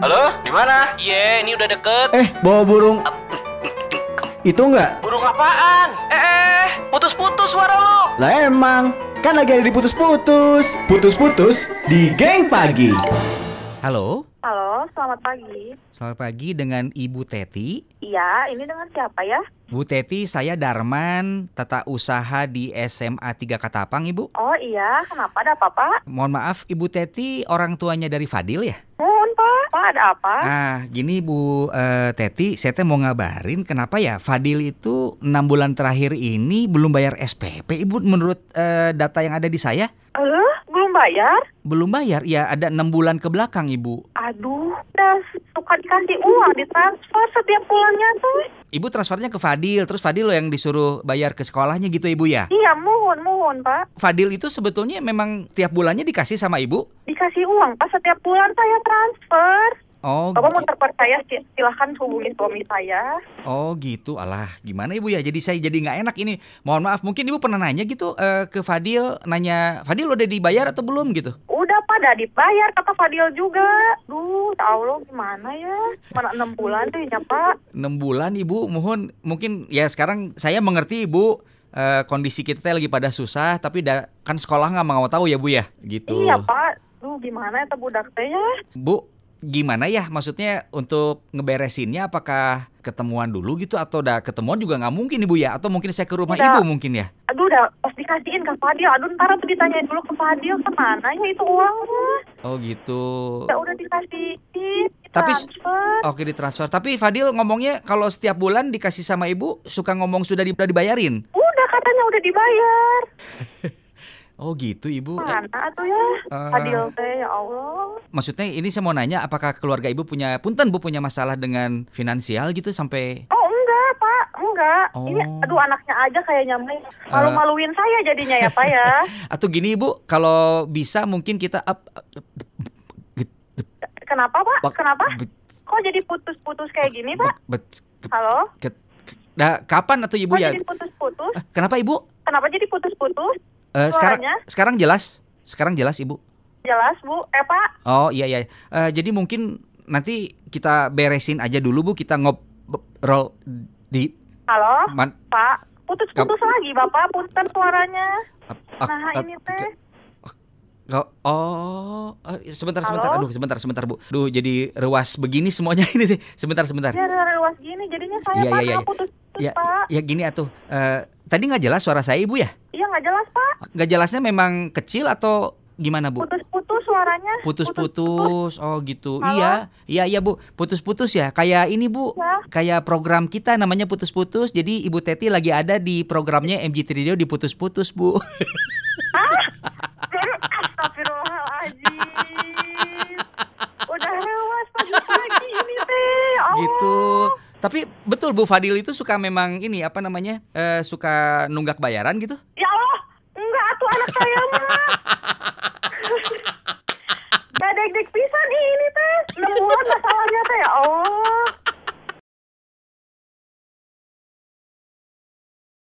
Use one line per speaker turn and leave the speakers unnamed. Halo, di mana?
Iya, ini udah deket.
Eh, bawa burung itu enggak?
Burung apaan?
Eh, eh, putus-putus suara lo.
Lah emang, kan lagi ada diputus-putus. Putus-putus di geng pagi.
Halo,
Halo, selamat pagi.
selamat pagi dengan Ibu Teti.
Iya, ini dengan siapa ya?
Bu Teti, saya Darman, tata usaha di SMA 3 Katapang, Ibu.
Oh iya, kenapa ada apa pak?
Mohon maaf, Ibu Teti orang tuanya dari Fadil ya?
Mohon pak, pak ada apa?
Ah, gini Bu eh, Teti, saya teh mau ngabarin kenapa ya Fadil itu enam bulan terakhir ini belum bayar SPP, Ibu. Menurut eh, data yang ada di saya,
Eh, belum bayar?
belum bayar. Ya, ada enam bulan ke belakang, Ibu.
Aduh, udah suka dikasih uang, ditransfer setiap bulannya tuh.
Ibu transfernya ke Fadil, terus Fadil lo yang disuruh bayar ke sekolahnya gitu, Ibu ya?
Iya, mohon, mohon pak.
Fadil itu sebetulnya memang tiap bulannya dikasih sama ibu.
Dikasih uang pak setiap bulan saya transfer.
Oh,
Bapak mau
gi-
terpercaya si- silahkan hubungi suami saya.
oh gitu. Alah, gimana ibu ya? Jadi saya jadi nggak enak ini. Mohon maaf, mungkin ibu pernah nanya gitu eh, ke Fadil, nanya Fadil udah dibayar atau belum gitu?
Udah pak, udah dibayar kata Fadil juga. Duh, tau lo gimana ya? Mana enam bulan tuh ya pak?
6 bulan ibu, mohon mungkin ya sekarang saya mengerti ibu eh, kondisi kita teh lagi pada susah, tapi da- kan sekolah nggak mau tahu ya bu ya? Gitu.
Iya pak. Duh, gimana ya budak teh ya?
Bu, gimana ya? Maksudnya untuk ngeberesinnya apakah ketemuan dulu gitu atau udah ketemuan juga nggak mungkin ibu ya? Atau mungkin saya ke rumah
Udah.
ibu mungkin ya?
Aduh udah pas dikasihin ke Fadil. Aduh ntar aku ditanyain dulu ke Fadil kemana ya itu uangnya.
Oh gitu.
Udah udah dikasihin.
Tapi-
transfer.
Oke ditransfer. Tapi Fadil ngomongnya kalau setiap bulan dikasih sama ibu suka ngomong sudah di- udah dibayarin.
Udah katanya udah dibayar.
Oh gitu ibu. Eh,
Mana tuh ya?
eh,
Fadil teh ya Allah.
maksudnya ini saya mau nanya apakah keluarga ibu punya punten bu punya masalah dengan finansial gitu sampai
Oh enggak pak, enggak.
Oh. Eh.
Ini aduh anaknya aja kayaknya Mai. malu-maluin saya jadinya ya pak ya.
atau gini ibu kalau bisa mungkin kita up,
Kenapa pak?
Bak-
Kenapa?
bet-
Kok jadi putus-putus kayak gini Iya, pak?
bet- bet- ke-
Halo?
ke- ke- Nah, kapan atau ibu
Kok
ya?
Oh, jadi putus-putus?
Eh, Kenapa ibu?
Kenapa jadi putus-putus?
Eh, sekarang
Suaranya?
sekarang jelas. Sekarang jelas ibu.
Jelas bu. Eh pak,
Oh iya iya. Eh, jadi mungkin nanti kita beresin aja dulu bu. Kita ngobrol di
halo?
man,
Pak, putus-putus lagi Bapak, punten suaranya.
Ap- ak-
Nah,
ak-
ini teh.
Nggak- oh, eh, sebentar sebentar.
Halo?
Aduh, sebentar sebentar, Bu. Duh, jadi ruas begini semuanya ini teh. Sebentar sebentar.
Ya, ada luas gini, jadinya
Iya,
saya Pak,
iya,
kenapa
iya.
putus-putus
Ya
Pak.
ya gini atuh. Eh, tadi nggak jelas suara saya, Ibu ya?
Iya, nggak jelas Pak,
Nggak jelasnya memang kecil atau gimana, Bu?
putus-putus suaranya.
Putus-putus. Oh, gitu.
Halo?
Iya. Iya, iya, Bu. Putus-putus ya. Kayak ini, Bu.
Ya.
Kayak program kita namanya putus-putus. Jadi Ibu Teti lagi ada di programnya MG Radio di putus-putus, Bu.
Astagfirullahaladzim. Udah lewas pagi-pagi ini teh. Ya Allah.
gitu. Tapi betul Bu Fadil itu suka memang ini apa namanya eh, suka nunggak bayaran gitu?
Ya Allah, enggak tuh anak saya mah. Ya